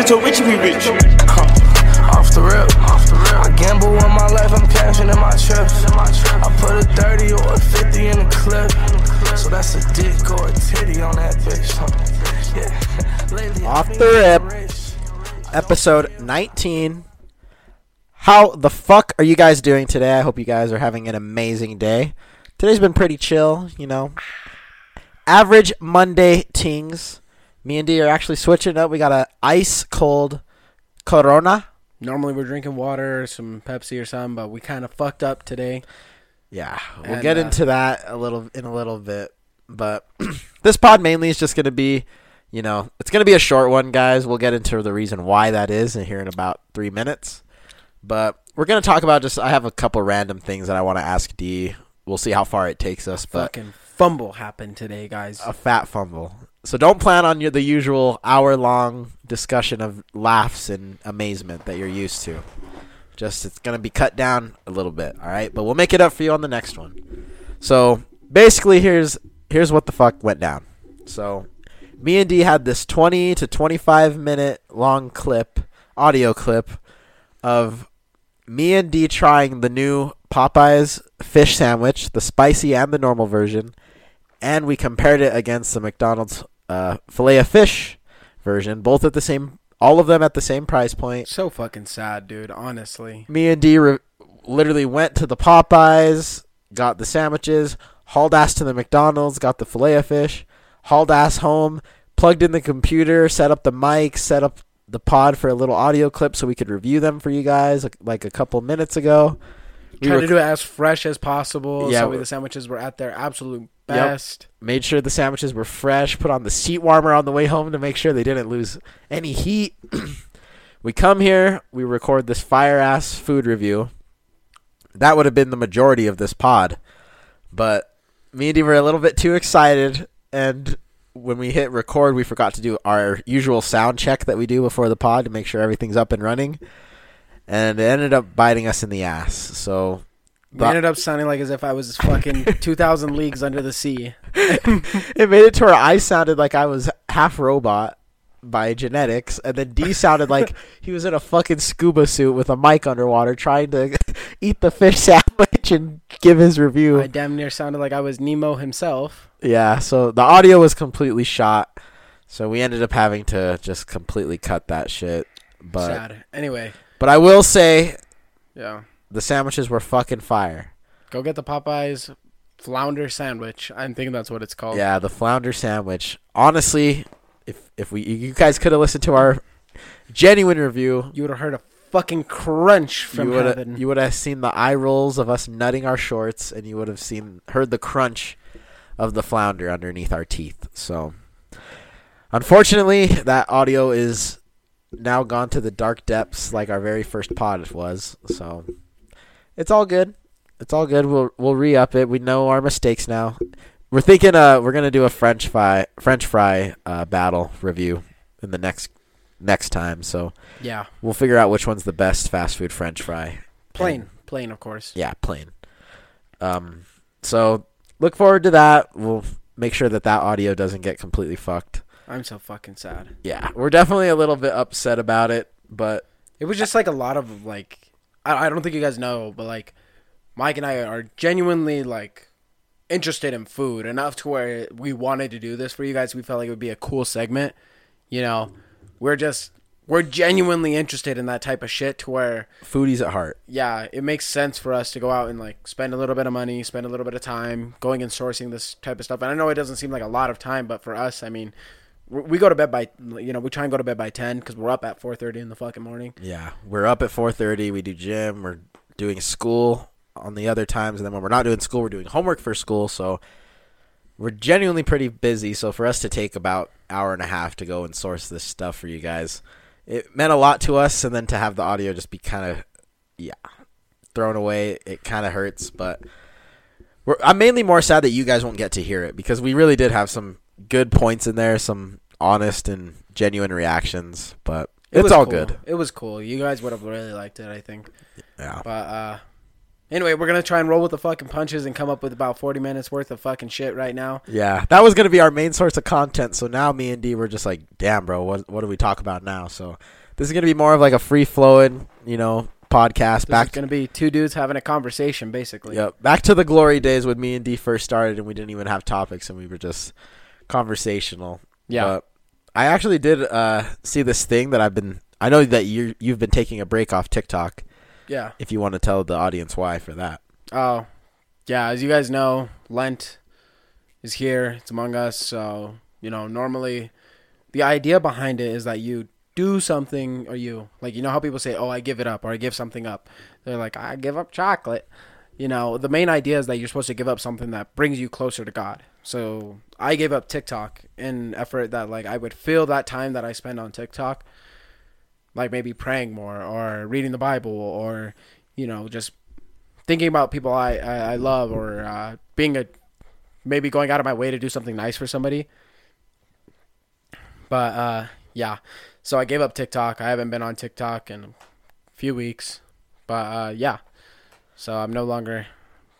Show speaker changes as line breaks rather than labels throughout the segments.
Until Richie be rich.
Off the rip, off the rip. I gamble on my life, I'm cashing in my trips. I put a 30 or a 50 in the clip. So that's a dick or a titty on that bitch. huh? Yeah. Lately,
Off
I've
the
been
rip.
rich.
episode 19. How the fuck are you guys doing today? I hope you guys are having an amazing day. Today's been pretty chill, you know. Average Monday tings. Me and D are actually switching up. We got a ice cold Corona.
Normally we're drinking water, some Pepsi or something, but we kind of fucked up today.
Yeah, we'll
And,
get
uh,
into that a little in a little bit, but this pod mainly is just going to be, you know, it's going to be a short one, guys. We'll get into the reason why that is in here in about three minutes, but we're going to talk about just. I have a couple random things that I want to ask D. We'll see how far it takes us, but
Fucking fumble happened today, guys.
a fat fumble. So don't plan on your, the usual hour long discussion of laughs and amazement that you're used to. Just it's going to be cut down a little bit, all right? But we'll make it up for you on the next one. So basically here's here's what the fuck went down. So me and D had this 20 to 25 minute long clip, audio clip of me and D trying the new Popeyes fish sandwich, the spicy and the normal version, and we compared it against the McDonald's uh, filet of fish version, both at the same, all of them at the same price point.
so fucking sad, dude. Honestly,
Me and D re- literally went to the Popeyes, got the sandwiches, hauled ass to the McDonald's, got the filet of fish, hauled ass home, plugged in the computer, set up the mic, set up the pod for a little audio clip so we could review them for you guys like- like a couple minutes ago. We
try
rec-
to do it as fresh as possible.
Yeah,
Yeah, so
we-
the sandwiches were at their absolute best.
made sure the sandwiches were fresh, put on the seat warmer on the way home to make sure they didn't lose any heat. we come here, we record this fire ass food review. That would have been the majority of this pod. But me and Dee were a little bit too excited and when we hit record we forgot to do our usual sound check that we do before the pod to make sure everything's up and running. And it ended up biting us in the ass. So
We
But-
ended up sounding like as if I was fucking two thousand leagues under the sea.
it made it to where I sounded like I was half robot by genetics, and then D sounded like he was in a fucking scuba suit with a mic underwater trying to eat the fish sandwich and give his review.
I damn near sounded like I was Nemo himself.
yeah, so the audio was completely shot, so we ended up having to just completely cut that shit. But
sad. Anyway,
but I will say
yeah,
the sandwiches were fucking fire.
go get the Popeyes flounder sandwich. I'm thinking that's what it's called.
Yeah, the flounder sandwich. Honestly, if if we you guys could have listened to our genuine review
you would have heard a fucking crunch from
you would
heaven.
have you would have seen the eye rolls of us nutting our shorts, and you would have seen heard the crunch of the flounder underneath our teeth. So, unfortunately, that audio is now gone to the dark depths, like our very first pod was. So, it's all good. It's all good. We'll we'll re up it. We know our mistakes now. We're thinking uh we're gonna do a French fry French fry uh, battle review in the next next time. So
yeah,
We'll figure out which one's the best fast food French fry.
plain, plain, of course.
Yeah, plain. Um, so look forward to that. We'll make sure that that audio doesn't get completely fucked.
I'm so fucking sad.
Yeah, we're definitely a little bit upset about it, but
It was just like a lot of like, I, I don't think you guys know, but like, Mike and I are genuinely like interested in food enough to where we wanted to do this for you guys. We felt like it would be a cool segment. You know, we're just we're genuinely interested in that type of shit to where
foodies at heart.
yeah, it makes sense for us to go out and like spend a little bit of money, spend a little bit of time going and sourcing this type of stuff. And I know it doesn't seem like a lot of time, but for us, I mean, we we go to bed by you know we try and go to bed by ten because we're up at four thirty in the fucking morning.
Yeah, we're up at 4:30. We do gym. We're doing school on the other times, and then when we're not doing school, we're doing homework for school. So we're genuinely pretty busy. So for us to take about hour and a half to go and source this stuff for you guys, it meant a lot to us. And then to have the audio just be kind of yeah thrown away, it kind of hurts. But we're, I'm mainly more sad that you guys won't get to hear it because we really did have some good points in there, some honest and genuine reactions. But
It
it's
was
all
cool.
good.
It was cool. You guys would have really liked it, I think.
Yeah.
But uh Anyway, we're gonna try and roll with the fucking punches and come up with about forty minutes worth of fucking shit right now.
Yeah, that was gonna be our main source of content. So now me and D were just like, damn, bro, what what do we talk about now? So this is gonna be more of like a free flowing, you know, podcast.
This
back
is gonna be two dudes having a conversation, basically.
Yep. Back to the glory days when me and D first started and we didn't even have topics and we were just conversational.
Yeah.
But I actually did uh, see this thing that I've been. I know that you you've been taking a break off TikTok.
Yeah.
If you want to tell the audience why for that.
Oh, yeah. As you guys know, Lent is here. It's among us. So you know, normally, the idea behind it is that you do something, or you like, you know how people say, "Oh, I give it up," or "I give something up." They're like, "I give up chocolate." You know, the main idea is that you're supposed to give up something that brings you closer to God. So I gave up TikTok in effort that like I would fill that time that I spend on TikTok like maybe praying more or reading the Bible or you know just thinking about people I I, I love or uh, being a maybe going out of my way to do something nice for somebody. But uh, yeah, so I gave up TikTok. I haven't been on TikTok in a few weeks, but uh, yeah, so I'm no longer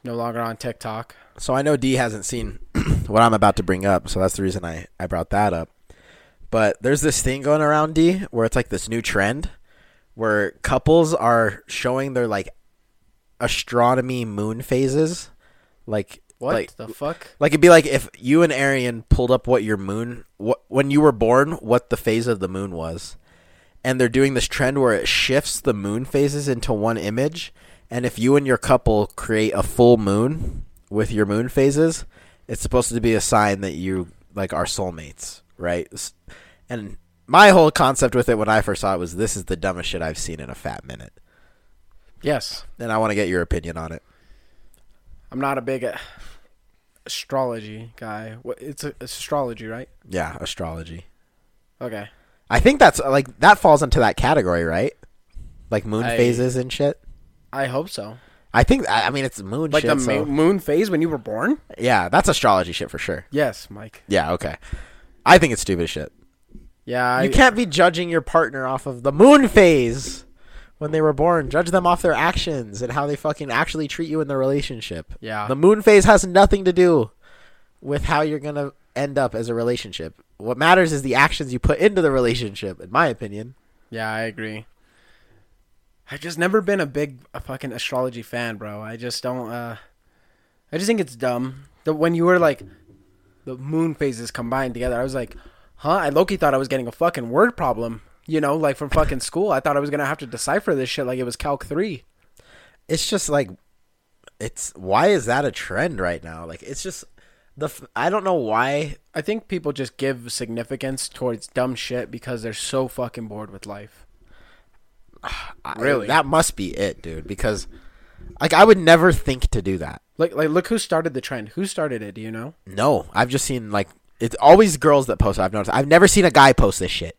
no longer on TikTok.
So I know D hasn't seen what I'm about to bring up, so that's the reason I, I brought that up. But there's this thing going around D where it's like this new trend where couples are showing their like astronomy moon phases. Like
What
like
the fuck?
like it'd be like if you and Arian pulled up what your moon what when you were born, what the phase of the moon was. And they're doing this trend where it shifts the moon phases into one image. And if you and your couple create a full moon with your moon phases, it's supposed to be a sign that you like are soulmates, right? S- And my whole concept with it when I first saw it was this is the dumbest shit I've seen in a fat minute.
Yes,
And I want to get your opinion on it.
I'm not a big uh, astrology guy. What it's, a, it's astrology, right?
Yeah, astrology.
Okay.
I think that's like that falls into that category, right? Like moon
I-
phases and shit.
I hope so.
I think I I mean it's moon
Like
shit.
the
so-
mo- moon phase when you were born?
yeah, that's astrology shit for sure.
Yes, Mike.
Yeah, okay. I think it's stupid as shit.
Yeah, I,
you can't be judging your partner off of the moon phase when they were born. Judge them off their actions and how they fucking actually treat you in the relationship.
Yeah.
The moon phase has nothing to do with how you're going to end up as a relationship. What matters is the actions you put into the relationship, in my opinion.
yeah, I agree. I've just never been a big a fucking astrology fan, bro. I just don't. uh I just think it's dumb that when you were like the moon phases combined together, I was like, huh? I Loki thought I was getting a fucking word problem. You know, like from fucking school, I thought I was gonna have to decipher this shit like it was Calc three.
it's just like it's why is that a trend right now like it's just the f- i don't know why
I think people just give significance towards dumb shit because they're so fucking bored with life.
I-
Really?
that must be it dude because like i would never think to do that
Like, like, look who started the trend. Who started it? Do you know?
no i've just seen like it's always girls that post it, i've noticed i've never seen a guy post this shit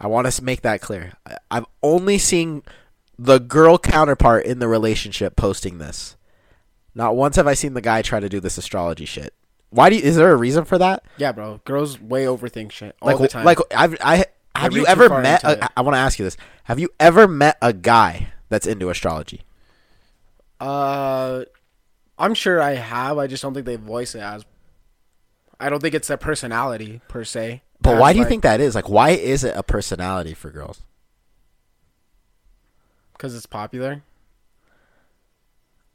i want to make that clear I- i've only seen the girl counterpart in the relationship posting this not once have i seen the guy try to do this astrology shit why do you, is there a reason for that
Yeah, bro. Girls way overthink shit all
like
the time.
like I've, I have
They
you
read too
ever
far
met?
into
A, I, want to ask you this: Have you ever met a guy that's into astrology?
uh, I'm sure I have. I just don't think they voice it as. I don't think it's their personality per se.
But
As,
why do you
like-
think that is? Like, why is it a personality for girls?
Because it's popular.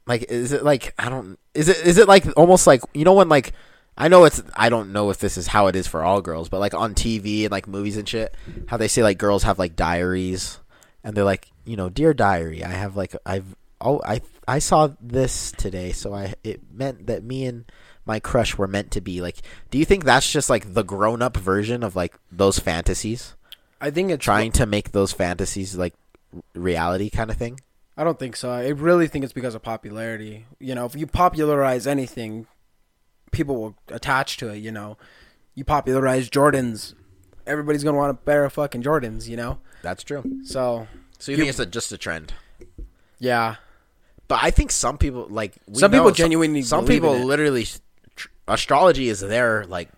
Like, is it like I don't? Is it is it like almost like you know when like I know it's I don't know if this is how it is for all girls, but like on TV and like movies and shit, how they say like girls have like diaries, and they're like you know, dear diary, I have like I've oh I I saw this today, so I it meant that me and my crush were meant to be. Like, do you think that's just like the grown up version of like those fantasies,
I think it's
trying to make those fantasies like r- reality kind of thing?
I don't think so. I really think it's because of popularity. You know, if you popularize anything, people will attach to it. You know, you popularize Jordans, everybody's gonna want a pair of fucking Jordans. You know,
That's true.
so
So you, think it's a, just a trend?
yeah,
But I think some people like we
Some people
know
genuinely
Some,
believe
people
in it.
literally tr- astrology is their like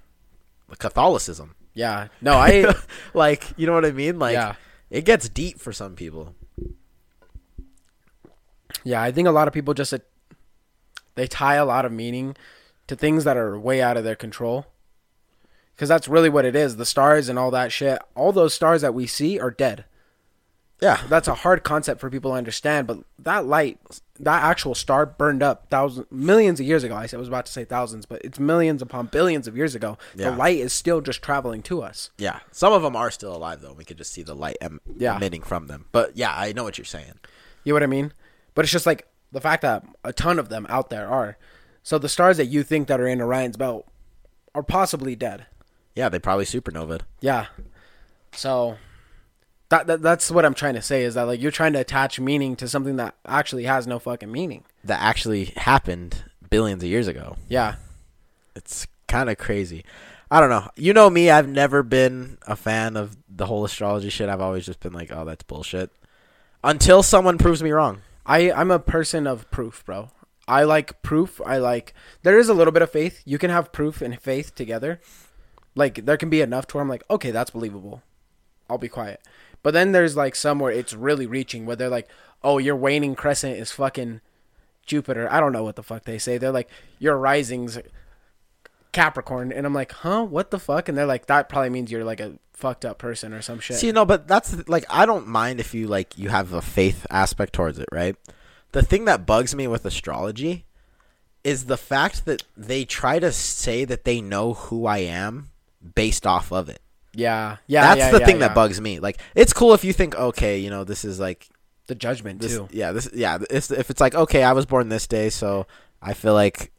Catholicism.
yeah. No, I
like you know what I mean. Like
Yeah.
it gets deep for some people.
Yeah, I think a lot of people just uh, They tie a lot of meaning to things that are way out of their control. Because that's really what it is. The stars and all that shit, all those stars that we see are dead.
Yeah.
That's a hard concept for people to understand, but that light, that actual star burned up thousands, millions of years ago. I said- I was about to say thousands, but it's millions upon billions of years ago.
Yeah.
The light is still just traveling to us.
Yeah. Some of them are still alive though. We could just see the light em-
Yeah.
emitting from them. But yeah, I know what you're saying.
You know what I mean? But it's just like the fact that a ton of them out there are. So the stars that you think that are in Orion's belt are possibly dead.
Yeah, they probably supernovaed.
Yeah. So that, that that's what I'm trying to say is that like you're trying to attach meaning to something that actually has no fucking meaning.
That actually happened billions of years ago.
Yeah.
It's kind of crazy. I don't know. You know me, I've never been a fan of the whole astrology shit. I've always just been like, "Oh, that's bullshit." Until someone proves me wrong.
I I'm a person of proof, bro. I like proof. I like there is a little bit of faith. You can have proof and faith together. Like there can be enough to where I'm like, okay, that's believable. I'll be quiet. But then there's like some where it's really reaching where they're like, oh, your waning crescent is fucking Jupiter. I don't know what the fuck they say. They're like, your rising's Capricorn, and I'm like, huh, what the fuck? And they're like, that probably means you're like a fucked up person or some shit.
See, no, but that's the- like I don't mind if you like you have a faith aspect towards it, right? The thing that bugs me with astrology is the fact that they try to say that they know who I am based off of it.
yeah, yeah,
That's
yeah,
the
yeah,
thing
yeah.
that bugs me. Like it's cool if you think, okay, you know, this is like
the judgment
this,
too.
yeah, this, yeah. It's, if it's like, okay, I was born this day, so I feel like,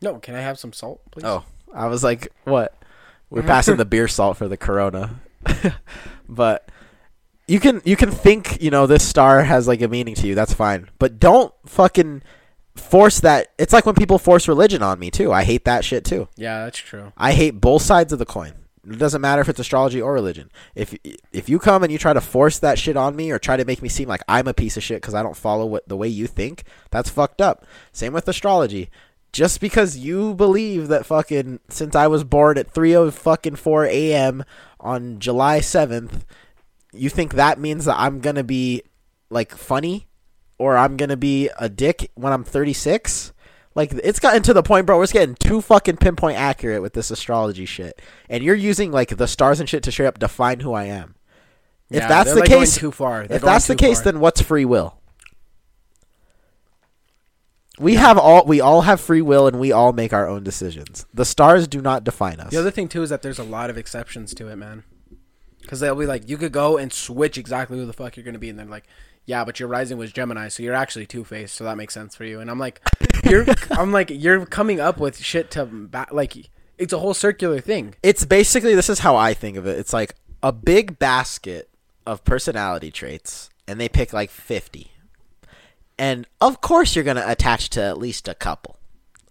No, can I have some salt, please?
oh, I was like, what? We're passing the beer salt for the Corona, but you can you can think, you know, this star has like a meaning to you. That's fine, but don't fucking force that. It's like when people force religion on me too. I hate that shit too.
Yeah, that's true.
I hate both sides of the coin. It doesn't matter if it's astrology or religion. If if you come and you try to force that shit on me or try to make me seem like I'm a piece of shit because I don't follow what the way you think, that's fucked up. Same with astrology. Just because you believe that fucking since I was born at three oh fucking four a.m. on July seventh, you think that means that I'm gonna be like funny or I'm gonna be a dick when I'm 36. Like it's gotten to the point, bro. We're just getting too fucking pinpoint accurate with this astrology shit, and you're using like the stars and shit to straight up define who I am. If
Yeah,
that's
they're,
the
like, going
case,
too far. They're
If
going
that's the
too
case,
far.
then what's free will? We have all we all have free will, and we all make our own decisions. The stars do not define us.
The other thing too is that there's a lot of exceptions to it, man. Because they'll be like, you could go and switch exactly who the fuck you're gonna be, and they're like, yeah, but your rising was Gemini, so you're actually Two Faced, so that makes sense for you. And I'm like, you're, I'm like, you're coming up with shit to ba- like, it's a whole circular thing.
it's basically this is how I think of it. It's like a big basket of personality traits, and they pick like fifty. And of course, you're gonna attach to at least a couple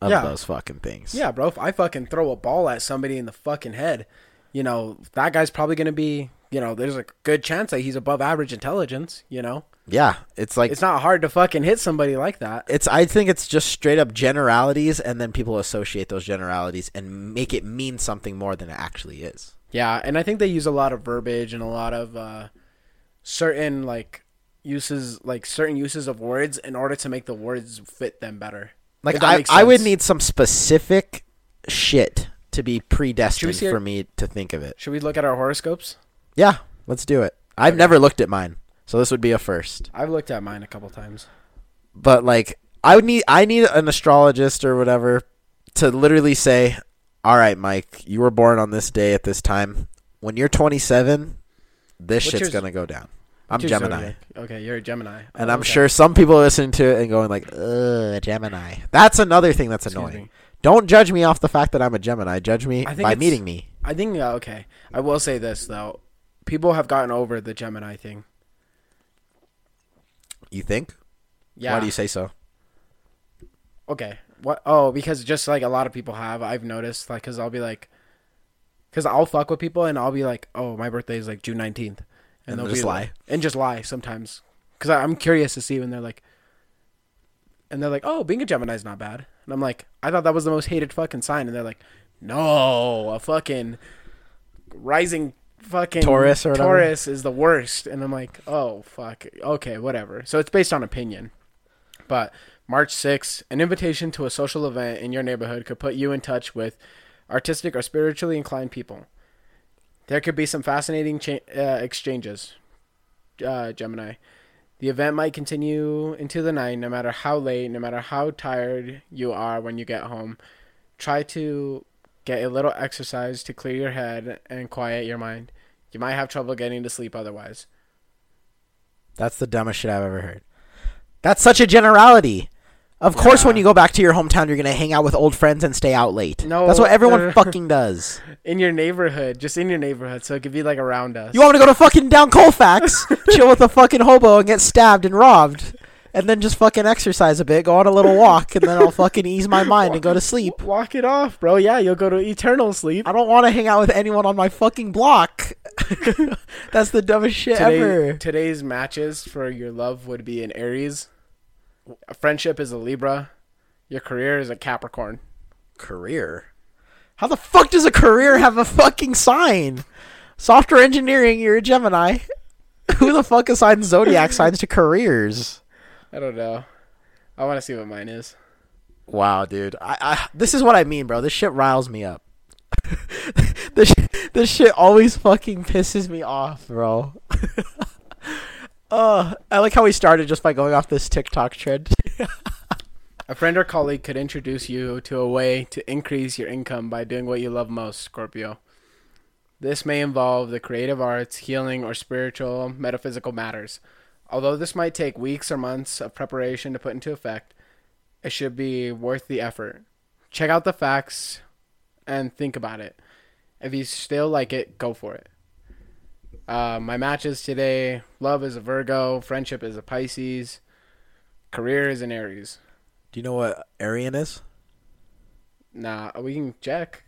of
Yeah.
those fucking things.
Yeah, bro. If I fucking throw a ball at somebody in the fucking head, you know that guy's probably gonna be, you know, there's a good chance that he's above average intelligence. You know,
yeah. It's like
it's
it's,
not hard to fucking hit somebody like that.
I think it's just straight up generalities, and then people associate those generalities and make it mean something more than it actually is.
Yeah, and I think they use a lot of verbiage and a lot of uh, certain like uses, like certain uses of words in order to make the words fit them better.
Like
If that
I,
makes
I would
sense.
need some specific shit to be predestined
see
for
our-
me to think of it.
Should we look at our horoscopes?
Yeah, let's do it. I've never looked at mine, so this would be a first.
I've looked at mine a couple times.
But like, I would need I need an astrologist or whatever to literally say, "All right, Mike, you were born on this day at this time. When you're 27, this
What's
shit's
yours-
gonna go down." I'm
Two
Gemini,
zodiac. Okay, you're a Gemini,
and
Oh,
I'm
okay.
sure some people are listening to it and going like, "Ugh, Gemini." That's another thing that's
Excuse
annoying.
me.
Don't judge me off the fact that I'm a Gemini. Judge me
I think
by
it's-
meeting me.
I think uh, okay. I will say this though, people have gotten over the Gemini thing.
You think?
Yeah.
Why do you say so?
okay what oh because just like a lot of people have i've noticed like because i'll be like because i'll fuck with people and i'll be like oh my birthday is like june 19th
And
they'll
just
be
lie.
like- and just lie sometimes because i'm curious to see when they're like and they're like oh being a gemini's not bad and i'm like i thought that was the most hated fucking sign and they're like no a fucking rising fucking
Taurus or whatever.
taurus is the worst and i'm like oh fuck okay whatever so it's based on opinion but March 6th, an invitation to a social event in your neighborhood could put you in touch with artistic or spiritually inclined people. There could be some fascinating cha- uh, exchanges. Uh, Gemini. The event might continue into the night, no matter how late, no matter how tired you are when you get home. Try to get a little exercise to clear your head and quiet your mind. You might have trouble getting to sleep otherwise.
That's the dumbest shit I've ever heard. That's such a generality. Of course, when
Yeah.
you go back to your hometown, you're gonna hang out with old friends and stay out late.
No, uh,
that's what everyone
they're-
fucking does.
In your neighborhood, just in your neighborhood, so it could be like around us.
You want me to go to fucking down Colfax, chill with a fucking hobo, and get stabbed and robbed, and then just fucking exercise a bit, go on a little walk, and then I'll fucking ease my mind and go to sleep.
Walk it off, bro. Yeah, you'll go to eternal sleep.
I don't want to hang out with anyone on my fucking block. that's the dumbest shit
Today,
ever.
today's matches for your love would be an Aries. A friendship is a Libra. Your career is a Capricorn.
career. How the fuck does a career have a fucking sign? Software engineering, you're a Gemini. Who the fuck assigns zodiac signs to careers?
I don't know. I want to see what mine is.
Wow, dude. I, I this is what I mean, bro. This shit riles me up. this sh- this shit always fucking pisses me off, bro. uh, I like how we started just by going off this TikTok trend.
A friend or colleague could introduce you to a way to increase your income by doing what you love most, Scorpio. This may involve the creative arts, healing, or spiritual, metaphysical matters. Although this might take weeks or months of preparation to put into effect, it should be worth the effort. Check out the facts and think about it. If you still like it, go for it. Uh, my matches today love is a Virgo, friendship is a Pisces, career is an Aries.
Do you know what Arian is?
Nah, we can check.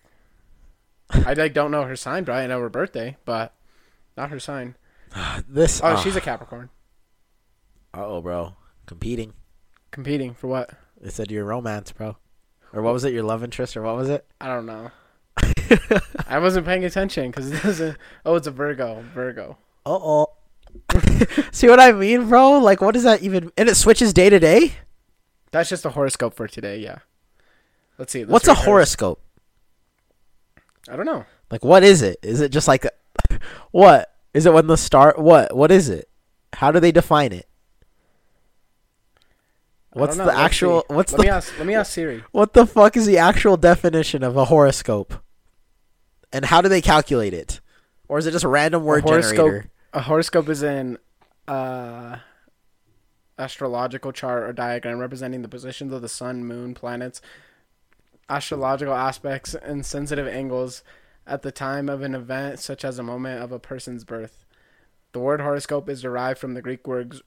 I like don't know her sign, bro. I know her birthday, but not her sign.
This
Oh, she's a Capricorn.
oh, Ah. bro, competing.
Competing for what?
It said your romance, bro. Or what was it? Your love interest, or what was it?
I don't know. I wasn't paying attention because it doesn't. Oh, it's a Virgo. Virgo.
Uh oh. See what I mean, bro? Like, what does that even? And it switches day to day.
That's just a horoscope for today. Yeah. Let's see. let's
What's
read
a
hers.
horoscope?
I don't know.
Like, what is it? Is it just like, a- what is it when the star? What what is it? How do they define it?
I
What's
don't know.
the
Let's
actual?
see.
What's
let
the?
me ask? Let me ask Siri.
What the fuck is the actual definition of a horoscope? And how do they calculate it? Or is it just a random word
horoscope.
generator?
A horoscope is an uh, astrological chart or diagram representing the positions of the sun, moon, planets, astrological aspects, and sensitive angles at the time of an event, such as a moment of a person's birth. The word horoscope is derived from the Greek words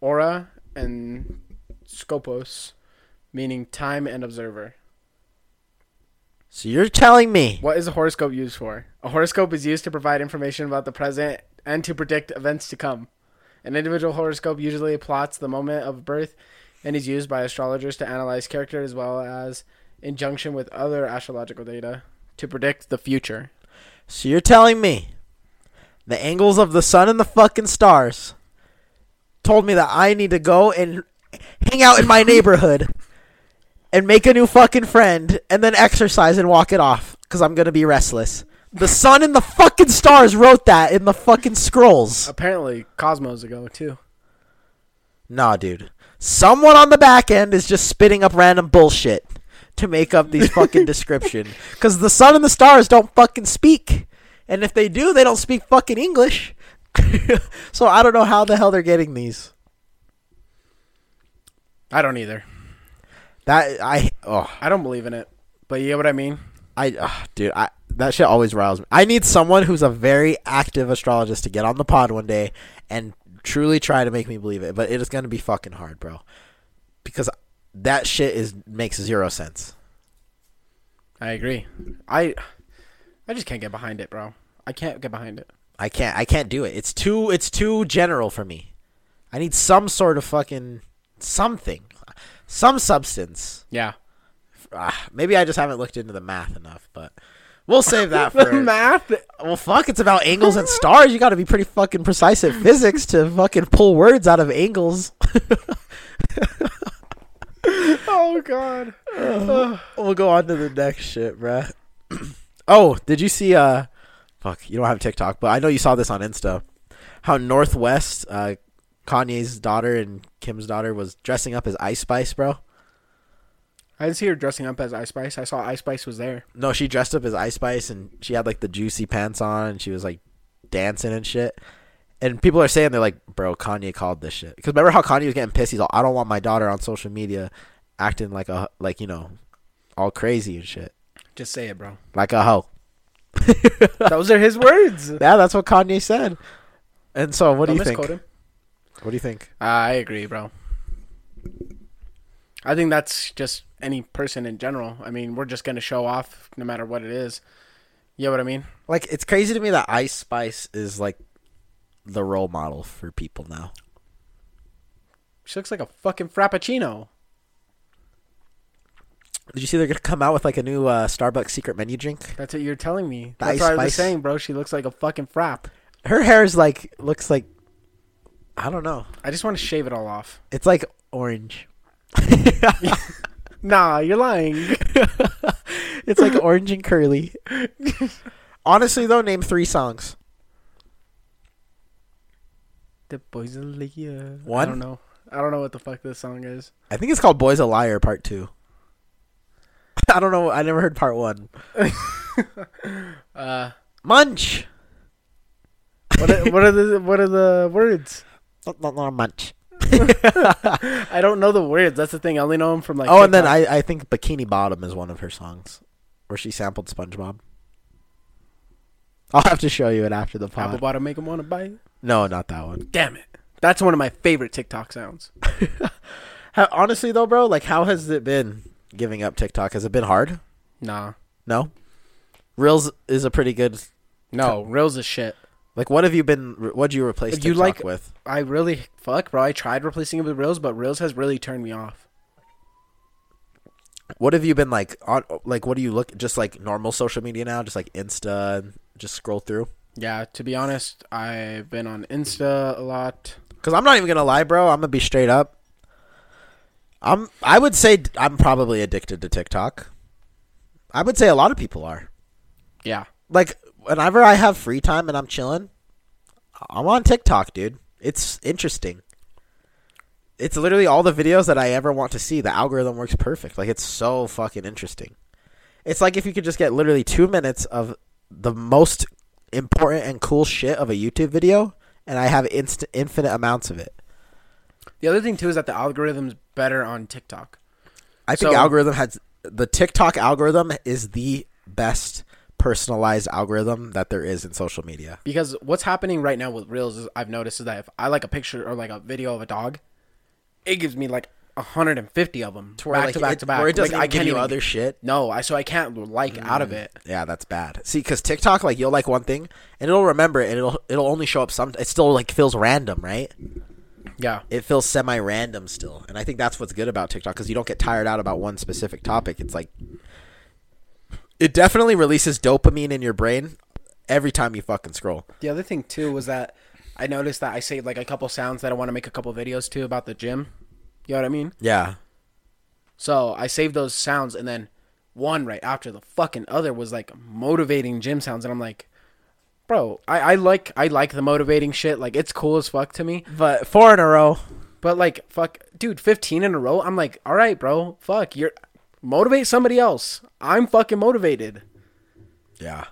aura and scopos, meaning time and observer.
So you're telling me
What is a horoscope used for? A horoscope is used to provide information about the present and to predict events to come. An individual horoscope usually plots the moment of birth and is used by astrologers to analyze character as well as in junction with other astrological data to predict the future.
So you're telling me the angles of the sun and the fucking stars told me that I need to go and hang out in my neighborhood and make a new fucking friend and then exercise and walk it off because I'm going to be restless. The sun and the fucking stars wrote that in the fucking scrolls.
Apparently, cosmos ago too.
Nah, dude. Someone on the back end is just spitting up random bullshit to make up these fucking description because the sun and the stars don't fucking speak, and if they do, they don't speak fucking English. so I don't know how the hell they're getting these.
I don't either.
That I oh
I don't believe in it. But you get what I mean?
I oh, dude I that shit always riles me. I need someone who's a very active astrologist to get on the pod one day and truly try to make me believe it, but it is gonna be fucking hard, bro, because that shit is makes zero sense.
I agree. I I just can't get behind it, bro. I can't get behind it.
I can't. I can't do it. It's too. It's too general for me. I need some sort of fucking something, some substance.
Yeah.
Ah, maybe I just haven't looked into the math enough, but we'll save that for
math
Well, fuck. It's about angles and stars. You got to be pretty fucking precise at physics to fucking pull words out of angles.
oh god.
we'll go on to the next shit, bruh. oh, did you see? Uh, fuck, you don't have TikTok, but I know you saw this on Insta. How Northwest, uh, Kanye's daughter and Kim's daughter was dressing up as Ice Spice, bro.
I didn't see her dressing up as Ice Spice. I saw Ice Spice was there.
No, she dressed up as Ice Spice and she had like the juicy pants on and she was like dancing and shit. And people are saying they're like, bro, Kanye called this shit. Because remember how Kanye was getting pissed? He's like, I don't want my daughter on social media acting like a like you know, all crazy and shit,
Just say it, bro.
like a hoe.
Those are his words.
Yeah, that's what Kanye said. And so, what do
Don't
you think?
misquote him.
What do you think?
I agree, bro. I think that's just any person in general. I mean, we're just gonna show off no matter what it is. You know what I mean?
Like, it's crazy to me that Ice Spice is like the role model for people now.
She looks like a fucking frappuccino.
Did you see they're gonna come out with like a new uh, Starbucks secret menu drink?
That's what you're telling me.
The
That's
Ice
what I
Spice.
was saying, bro. She looks like a fucking frap.
Her hair is like looks like I don't know.
I just want to shave it all off.
It's like orange.
Nah, you're lying.
It's like orange and curly. Honestly, though, name three songs.
the boys are liar.
One?
I don't know. I don't know what the fuck this song is.
I think it's called "Boys a Liar" Part Two. I don't know. I never heard Part One.
Uh,
Munch.
what are, what are the what are the words?
Not, not, not munch.
I don't know the words. That's the thing. I only know them from like.
oh, and then
TikTok.
I, I think Bikini Bottom is one of her songs where she sampled SpongeBob. I'll have to show you it after the
apple
pod.
bottom make them want to bite.
No, not that one.
Damn it. That's one of my favorite TikTok sounds.
How, honestly, though, bro, like, how has it been giving up TikTok? Has it been hard?
Nah.
No. Reels is a pretty good.
No, Reels is shit.
Like, what have you been? What'd you replace
If
TikTok
you like-
with?
I really fuck, bro. I tried replacing it with Reels, but Reels has really turned me off.
What have you been like on? Like, what do you look? Just like normal social media now, just like Insta, and just scroll through.
Yeah, to be honest, I've been on Insta a lot.
Cause I'm not even gonna lie, bro. I'm gonna be straight up. I'm. I would say d- I'm probably addicted to TikTok. I would say a lot of people are.
Yeah.
Like whenever I have free time and I'm chilling, I'm on TikTok, dude. It's interesting. It's literally all the videos that I ever want to see. The algorithm works perfect. Like it's so fucking interesting. It's like if you could just get literally two minutes of the most important and cool shit of a YouTube video, and I have inst- infinite amounts of it.
The other thing too is that the algorithm's better on TikTok.
I think
So-
algorithm has the TikTok algorithm is the best personalized algorithm that there is in social media.
Because what's happening right now with Reels is I've noticed is that if I like a picture or like a video of a dog, it gives me like 150 of them back
like,
to back
it-
to back.
Where it does
Like,
I give
can't
you
even-
other shit. Mm.
No, I so I can't like out of it.
Yeah, that's bad. See, because TikTok, like you'll like one thing and it'll remember it and it'll it'll only show up some. It still like feels random, right?
Yeah.
It feels semi-random still, and I think that's what's good about TikTok because you don't get tired out about one specific topic. It's like it definitely releases dopamine in your brain every time you fucking scroll.
The other thing too was that I noticed that I saved like a couple sounds that I want to make a couple videos too about the gym. You know what I mean?
Yeah,
So I saved those sounds and then one right after the fucking other was like motivating gym sounds and I'm like, bro, I, I like I like the motivating shit. Like it's cool as fuck to me.
but four in a row.
But like fuck dude, fifteen in a row, I'm like, all right, bro, fuck, you're motivate somebody else. I'm fucking motivated.
Yeah.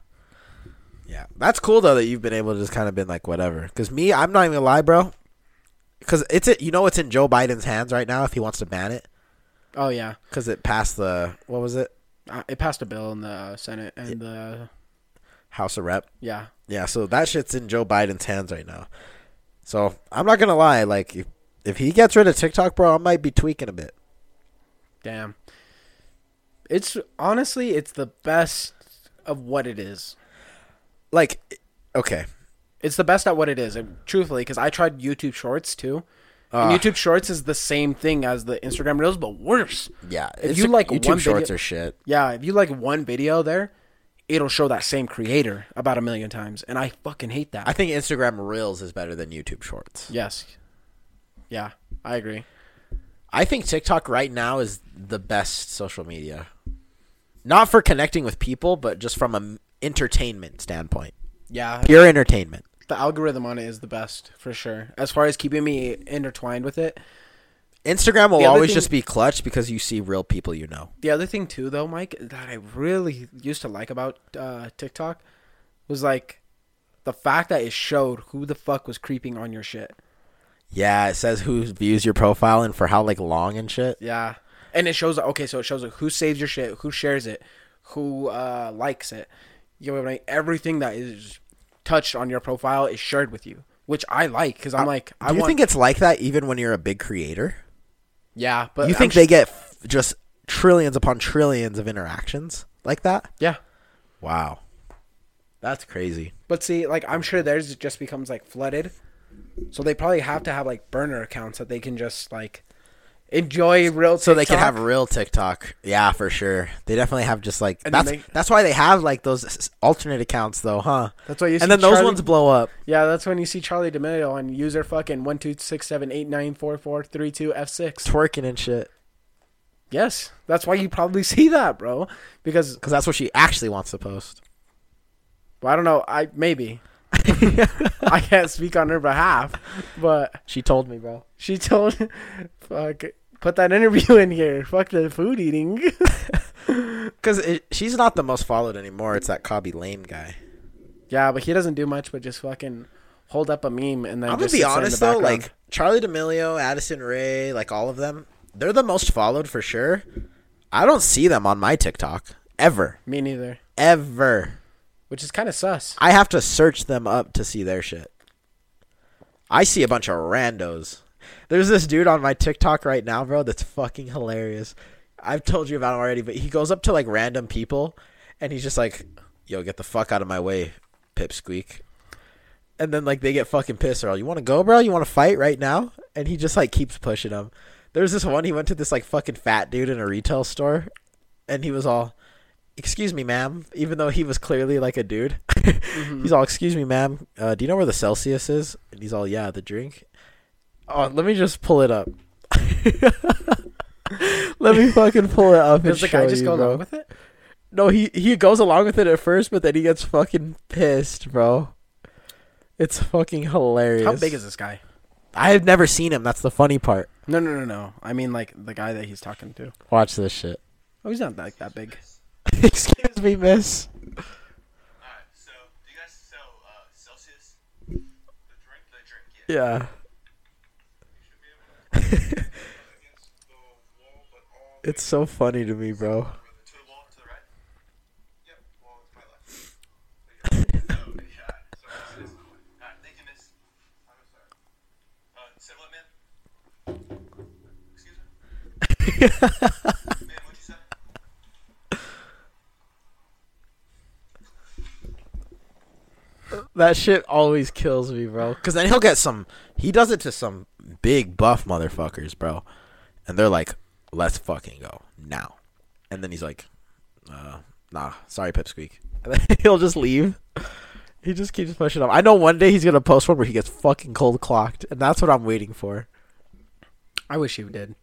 Yeah. That's cool though that you've been able to just kind of been like whatever. Cuz me, I'm not even going to lie, bro. Cuz it's it, you know it's in Joe Biden's hands right now if he wants to ban it
Oh yeah.
cuz it passed the what was it?
Uh, It passed a bill in the Senate and the
House of Rep.
yeah.
Yeah, so that shit's in Joe Biden's hands right now. So, I'm not going to lie, like if, if he gets rid of TikTok, bro, I might be tweaking a bit.
Damn. It's honestly, it's the best of what it is.
Like okay.
It's the best at what it is, and truthfully, because I tried YouTube Shorts too. And YouTube Shorts is the same thing as the Instagram Reels, but worse.
Yeah,
If you like
YouTube
one
shorts
video-
or shit.
Yeah, if you like one video there, it'll show that same creator about a million times, and I fucking hate that.
I think Instagram Reels is better than YouTube Shorts.
yes. Yeah, I agree.
I think TikTok right now is the best social media. Not for connecting with people, but just from an entertainment standpoint.
Yeah,
Pure entertainment.
the algorithm on it is the best for sure. As far as keeping me intertwined with it,
Instagram will
The other
always
thing-
just be clutch because you see real people you know.
The other thing too, though, Mike, that I really used to like about uh, TikTok was like the fact that it showed who the fuck was creeping on your shit.
Yeah, it says who views your profile and for how like long and shit.
Yeah, and it shows okay, so it shows like, who saves your shit, who shares it, who uh, likes it. You know what I mean? Everything that is touched on your profile is shared with you, which I like because I'm like, I
Uh, Do you
want,
think it's like that even when you're a big creator?
yeah, but
you
I'm
think
sh-
they get f- just trillions upon trillions of interactions like that?
yeah.
Wow. That's crazy.
But see, like I'm sure theirs just becomes like flooded. So they probably have to have like burner accounts that they can just like enjoy real.
So they can
TikTok.
have real TikTok. Yeah, for sure. They definitely have just like
And then
that's
they-
that's why they have like those s- alternate accounts though, huh?
That's why you see
And then those
Charlie-
ones blow up.
Yeah, that's when you see Charlie D'Amelio on user fucking one two six seven eight nine four four three two F six.
twerking and shit
Yes, that's why you probably see that, bro. Because
because that's what she actually wants to post.
well, I don't know, I maybe I can't speak on her behalf, but
She told me, bro.
she told, fuck, put that interview in here. Fuck the food eating.
Because she's not the most followed anymore. It's that Cobby Lame guy.
Yeah, but he doesn't do much but just fucking hold up a meme and then.
I'm gonna
just
be
sits there in the
honest though,
background.
like Charlie D'Amelio, Addison Ray, like all of them, they're the most followed for sure. I don't see them on my TikTok ever,
me neither,
ever.
which is kind of sus.
I have to search them up to see their shit. I see a bunch of randos. There's this dude on my TikTok right now, bro, that's fucking hilarious. I've told you about him already, but he goes up to like random people and he's just like, yo, get the fuck out of my way, pipsqueak. And then like they get fucking pissed or you want to go, bro? You want to fight right now? And he just like keeps pushing them. There's this one he went to this like fucking fat dude in a retail store and he was all, "Excuse me, ma'am," even though he was clearly like a dude.
Mm-hmm.
He's all, "Excuse me, ma'am. Uh, do you know where the Celsius is?" And he's all, "Yeah, the drink." Oh, let me just pull it up. let me fucking pull it up and
Does the guy
show
just
you,
go
bro.
along with it?
No, he he goes along with it at first, but then he gets fucking pissed, bro. It's fucking hilarious.
How big is this guy?
I have never seen him. That's the funny part.
No, no, no, no. I mean, like the guy that he's talking to.
Watch this shit.
Oh, he's not that that big.
Excuse me, miss.
Alright, so do you guys sell uh, Celsius? The drink? The drink, yeah.
Yeah.
Should be able to against the wall, but all
It's so funny to me, bro.
to the wall, to the right? Yep, wall to my left. so, yeah, so this is Alright, thank you, miss. I'm sorry. Uh, say what, man? Excuse me? man, what'd you say?
That shit always kills me, bro. Because then he'll get some. He does it to some big buff motherfuckers, bro. And they're like, "Let's fucking go now." And then he's like, uh, "Nah, sorry, Pipsqueak." And then he'll just leave. He just keeps pushing up. I know one day he's gonna post one where he gets fucking cold clocked, and that's what I'm waiting for.
I wish he did.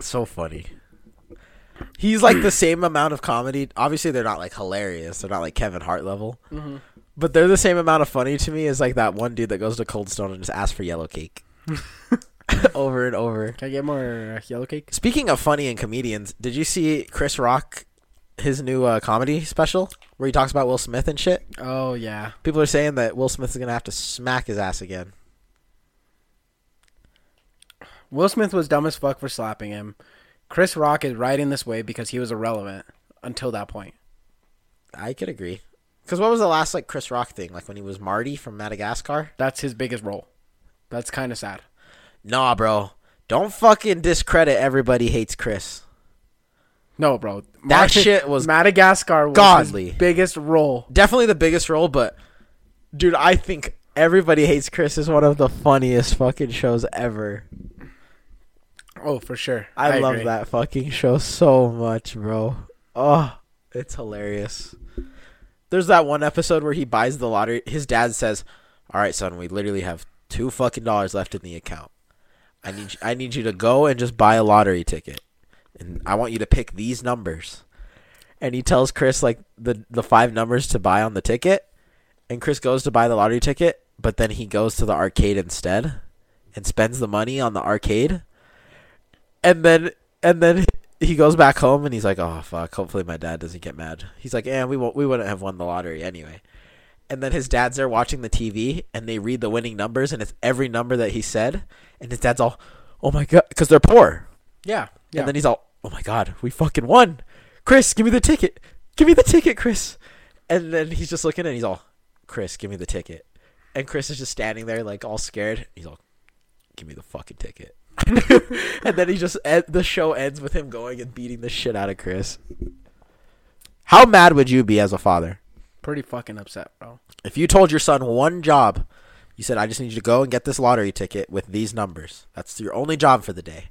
So funny. He's like the same amount of comedy. Obviously, they're not like hilarious. They're not like Kevin Hart level. But they're the same amount of funny to me as like that one dude that goes to Cold Stone and just asks for yellow cake over and over.
Can I get more uh, yellow cake?
Speaking of funny and comedians, did you see Chris Rock, his new uh, comedy special where he talks about Will Smith and shit?
Oh yeah.
People are saying that Will Smith is gonna have to smack his ass again.
Will Smith was dumb as fuck for slapping him. Chris Rock is riding this way because he was irrelevant until that point.
I could agree. Cause what was the last like Chris Rock thing? Like when he was Marty from Madagascar?
That's his biggest role. That's kind of sad.
Nah, bro. Don't fucking discredit everybody hates Chris.
No, bro.
That shit was
Madagascar was
godly.
his biggest role.
Definitely the biggest role, but dude, I think everybody hates Chris is one of the funniest fucking shows ever.
Oh, for sure.
I, love
agree.
that fucking show so much, bro. Oh, it's hilarious. There's that one episode where he buys the lottery. His dad says, "All right, son, we literally have two fucking dollars left in the account." I need I need you to go and just buy a lottery ticket, and I want you to pick these numbers. And he tells Chris like the the five numbers to buy on the ticket, and Chris goes to buy the lottery ticket, but then he goes to the arcade instead, and spends the money on the arcade. And then and then he goes back home and he's like, "Oh fuck! Hopefully my dad doesn't get mad." He's like, "Yeah, we won't. We wouldn't have won the lottery anyway." and then his dad's there watching the TV, and they read the winning numbers, and it's every number that he said, and his dad's all, "Oh my god," because they're poor,
Yeah. Yeah.
and then he's all, "Oh my god, we fucking won, Chris, give me the ticket, give me the ticket, Chris," and then he's just looking, and he's all, "Chris, give me the ticket," and Chris is just standing there like all scared. He's all, "Give me the fucking ticket." and then he just end, the show ends with him going and beating the shit out of Chris. How mad would you be as a father?
Pretty fucking upset, bro.
If you told your son one job, you said, I just need you to go and get this lottery ticket with these numbers. That's your only job for the day.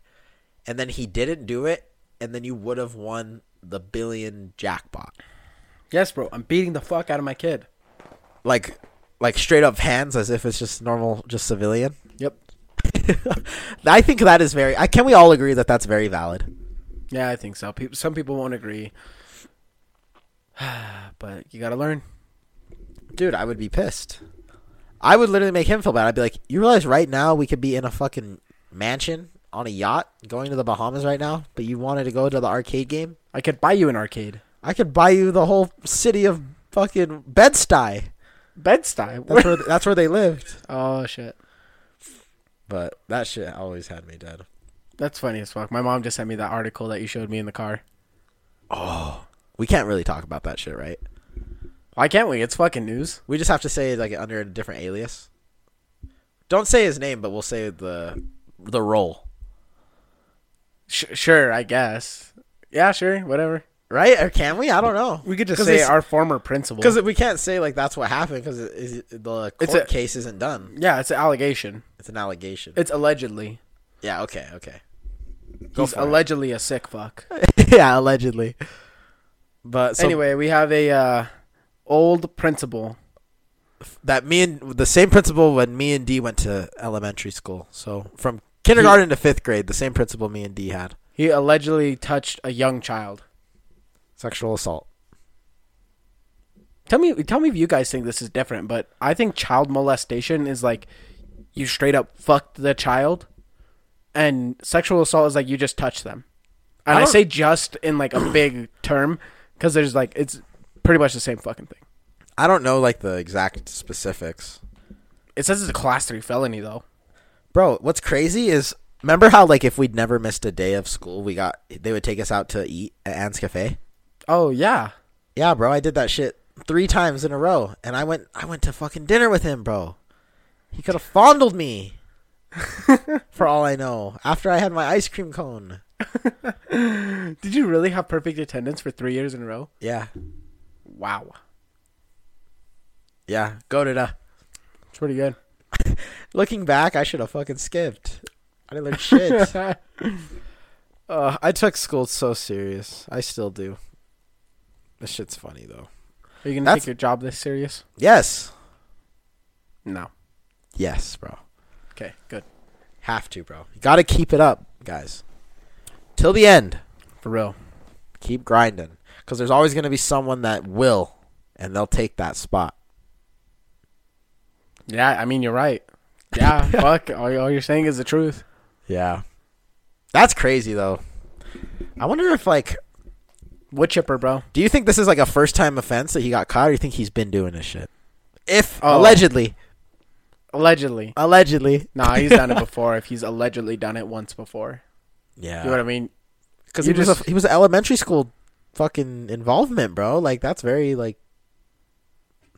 And then he didn't do it, and then you would have won the billion jackpot.
Yes, bro. I'm beating the fuck out of my kid.
Like like straight up hands as if it's just normal just civilian.
Yep.
I think that is very I can we all agree that that's very valid.
Yeah, I think so. Peop some people won't agree, but you gotta learn.
Dude, I would be pissed. I would literally make him feel bad. I'd be like, "You realize right now we could be in a fucking mansion on a yacht going to the Bahamas right now, but you wanted to go to the arcade game?"
I could buy you an arcade.
I could buy you the whole city of fucking Bed-Stuy.
Bed-Stuy.
That's where that's where they lived.
oh shit,
But that shit always had me dead.
that's funny as fuck. My mom just sent me that article that you showed me in the car.
We can't really talk about that shit, right?
Why can't we? It's fucking news.
We just have to say like under a different alias. Don't say his name, but we'll say the the role,
Sh- sure, I guess. Yeah, sure, whatever.
right? Or can we? I don't know.
We could just
'Cause
say
it's-
our former principal.
because we can't say like that's what happened because the court
It's a-
case isn't done.
yeah, it's an allegation.
It's an allegation.
It's allegedly.
yeah. Okay. Okay.
He's
for it.
allegedly a sick fuck.
yeah. Allegedly. But so
anyway, we have a uh, old principal.
that me and the same principal when me and D went to elementary school. So from kindergarten to fifth grade, the same principal me and D had
He allegedly touched a young child.
sexual assault.
Tell me, tell me if you guys think this is different, but I think child molestation is like you straight up fucked the child, and sexual assault is like you just touch them. And I,
don't-
say just in like a big term because there's like it's pretty much the same fucking thing.
I don't know like the exact specifics,
It says it's a class three felony though.
bro. What's crazy is remember how like if we'd never missed a day of school, we got they would take us out to eat at Anne's Cafe.
Oh yeah,
Yeah, bro, I did that shit three times in a row, and I went I went to fucking dinner with him, bro. He could have fondled me. for all I know, after I had my ice cream cone.
did you really have perfect attendance for three years in a row?
Yeah,
Wow,
yeah, go to the.
it's pretty good.
Looking back, I should have fucking skipped. I didn't learn shit. uh, I took school so serious. I still do. This shit's funny though.
Are you gonna
That's-
take your job this serious?
Yes.
No.
Yes, bro.
Okay, good.
Have to, bro. You gotta keep it up, guys. Till the end.
For real.
Keep grinding. Because there's always gonna be someone that will, and they'll take that spot.
Yeah, I mean you're right. Yeah, fuck. All, all you're saying is the truth.
Yeah. That's crazy though. I wonder if like
Wood chipper, bro.
do you think this is like a first time offense that he got caught or you think he's been doing this shit? If
Oh.
allegedly
Allegedly.
allegedly.
Nah, he's done it before. If he's allegedly done it once before,
Yeah,
you know what I mean?
because
you
he was a,
just-
he was an elementary school fucking involvement, bro. Like that's very like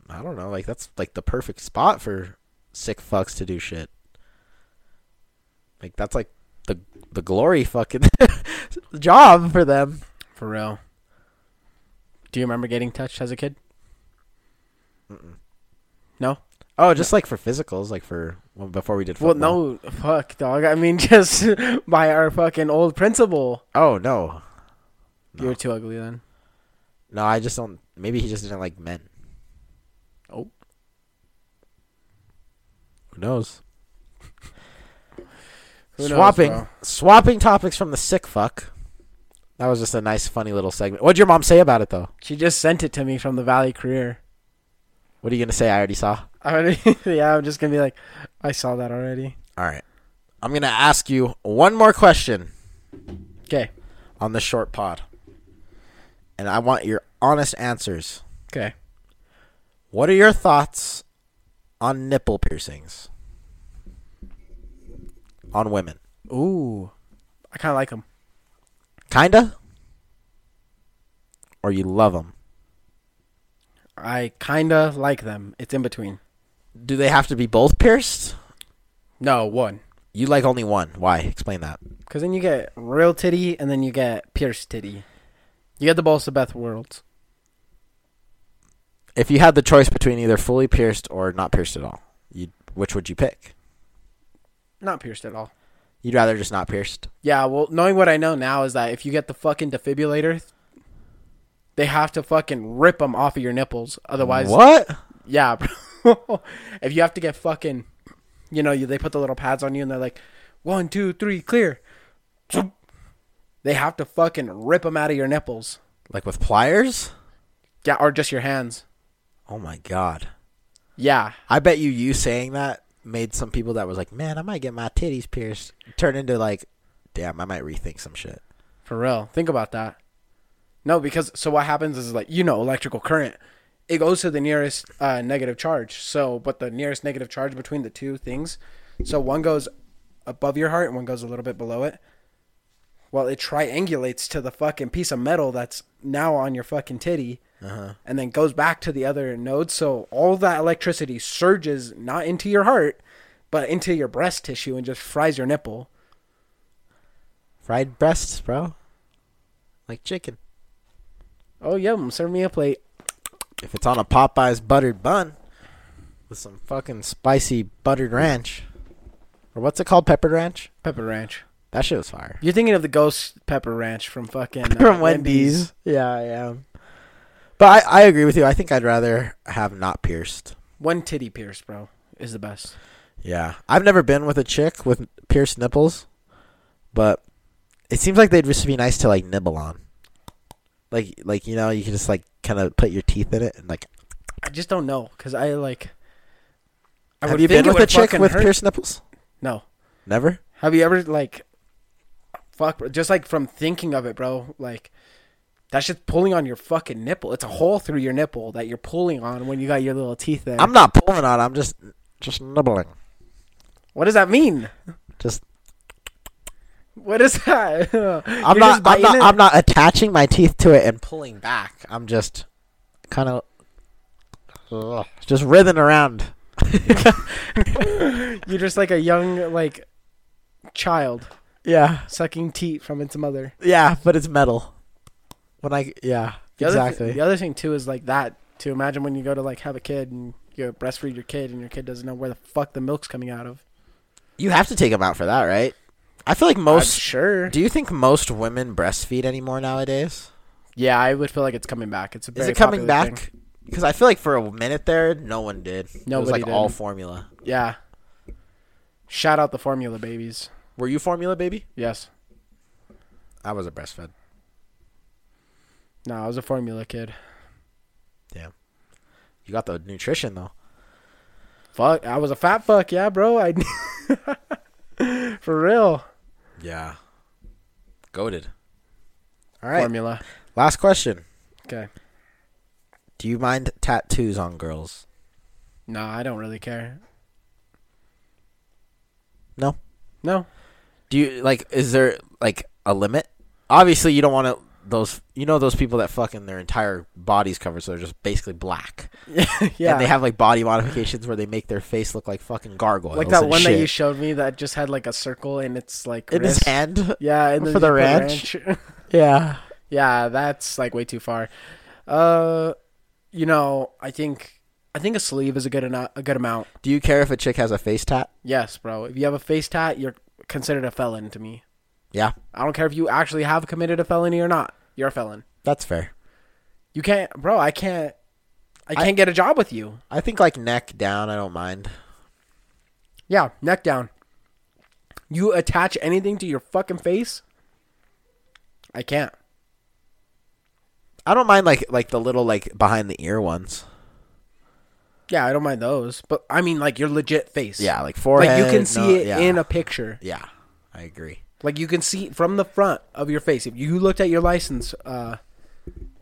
I don't know, like that's like the perfect spot for sick fucks to do shit. Like that's like the the glory fucking job for them.
For real. Do you remember getting touched as a kid? No.
Oh, just like for physicals, like for well, before we did.
Well,
Football.
no. Fuck, dog. I mean, just by our fucking old principal.
Oh no,
You were too ugly then.
no. I just don't. Maybe he just didn't like men.
Oh.
Who knows?
Who knows,
swapping
bro?
swapping topics from the sick fuck. That was just a nice, funny little segment. What'd your mom say about it, though?
She just sent it to me from the Valley Career.
What are you gonna say? I already saw.
I already, yeah, I'm just gonna be like, I saw that already.
All right, I'm gonna ask you one more question
Okay,
on the short pod, and I want your honest answers.
okay.
What are your thoughts on nipple piercings on women?
Ooh, I kind of like them.
Kinda, or you love them?
I kinda like them. It's in between.
Do they have to be both pierced?
No, one.
You like only one. Why? Explain that.
Cause then you get real titty, and then you get pierced titty. You get the Balsa Beth worlds.
If you had the choice between either fully pierced or not pierced at all, you which would you pick?
Not pierced at all.
You'd rather just not pierced.
Yeah, well, knowing what I know now is that if you get the fucking defibrillator, they have to fucking rip them off of your nipples. Otherwise,
What?
yeah, bro. if you have to get fucking, you know, you, they put the little pads on you and they're like, one, two, three, clear. They have to fucking rip them out of your nipples.
Like with pliers?
Yeah, or just your hands.
Oh my god.
Yeah,
I bet you you saying that made some people that was like, "Man, I might get my titties pierced." Turn into like, "Damn, I might rethink some shit."
for real. Think about that. No, because so what happens is like you know electrical current, it goes to the nearest uh, negative charge. So, but the nearest negative charge between the two things, so one goes above your heart and one goes a little bit below it. Well, it triangulates to the fucking piece of metal that's now on your fucking titty, and then goes back to the other node. So all that electricity surges not into your heart, but into your breast tissue and just fries your nipple.
Fried breasts, bro. Like chicken.
Oh yum! Serve me a plate.
If it's on a Popeyes buttered bun with some fucking spicy buttered ranch, or what's it called, peppered ranch?
Pepper Ranch.
That shit was fire.
You're thinking of the Ghost Pepper Ranch from fucking uh,
From Wendy's. Yeah, I am. But I, I agree with you. I think I'd rather have not pierced.
One titty pierce, bro, is the best.
Yeah. I've never been with a chick with pierced nipples, but it seems like they'd just be nice to like nibble on. Like like you know, you can just like kind of put your teeth in it and like
I just don't know because I like. I
Have
would
you
think
been
it
with
would
a chick
fucking
with
hurt.
pierced nipples?
No.
Never?
Have you ever like, fuck, bro, just like from thinking of it, bro, like. That shit's pulling on your fucking nipple. It's a hole through your nipple that you're pulling on when you got your little teeth there.
I'm not pulling on, I'm just just nibbling.
what does that mean?
Just
What is that?
I'm not I'm not I'm not attaching my teeth to it and pulling back. I'm just kind of just writhing around.
You're just like a young like child
Yeah.
sucking teat from its mother.
Yeah, but it's metal. When I yeah,
The other thi-
exactly.
the other thing too is like that. To imagine when you go to like have a kid and you breastfeed your kid and your kid doesn't know where the fuck the milk's coming out of.
You have to take them out for that, right? I feel like
I'm
most.
sure.
Do you think most women breastfeed anymore nowadays?
yeah, I would feel like it's coming back. It's a
Is
very
it coming
popular thing.
back? Because I feel like for a minute there, no one did. it was
Nobody
like all
did.
formula.
Yeah. Shout out the formula babies.
Were you formula baby?
Yes.
I was a breastfed.
No, I was a formula kid.
Damn. You got the nutrition though.
Fuck, I was a fat fuck. Yeah, bro. I. For real.
Yeah. Goaded. All right.
Formula.
Last question.
Okay.
Do you mind tattoos on girls?
No, I don't really care.
No.
No.
Do you like? Is there like a limit? Obviously, you don't want to. Those you know those people that fucking their entire bodies covered, so they're just basically black.
yeah.
And they have like body modifications where they make their face look like fucking gargoyles.
like that
and
one that you
shit.
showed me that just had like a circle and it's like
in his
wrist.
hand.
Yeah, and then
For the
you put
ranch?
ranch.
Yeah.
yeah, that's like way too far. Uh, you know, I think I think a sleeve is a good enough a good amount.
Do you care if a chick has a face tat?
Yes, bro. If you have a face tat, you're considered a felon to me.
Yeah,
I don't care if you actually have committed a felony or not. You're a felon.
that's fair.
You can't, bro. I can't. I can't get a job with you.
I think like neck down, I don't mind.
Yeah, neck down. You attach anything to your fucking face? I can't.
I don't mind like like the little like behind the ear ones.
Yeah, I don't mind those, but I mean like your legit face.
Yeah, like
Like
forehead.
you can see
no-
it
yeah.
in a picture.
Yeah, I agree.
Like you can see from the front of your face. If you looked at your license, uh,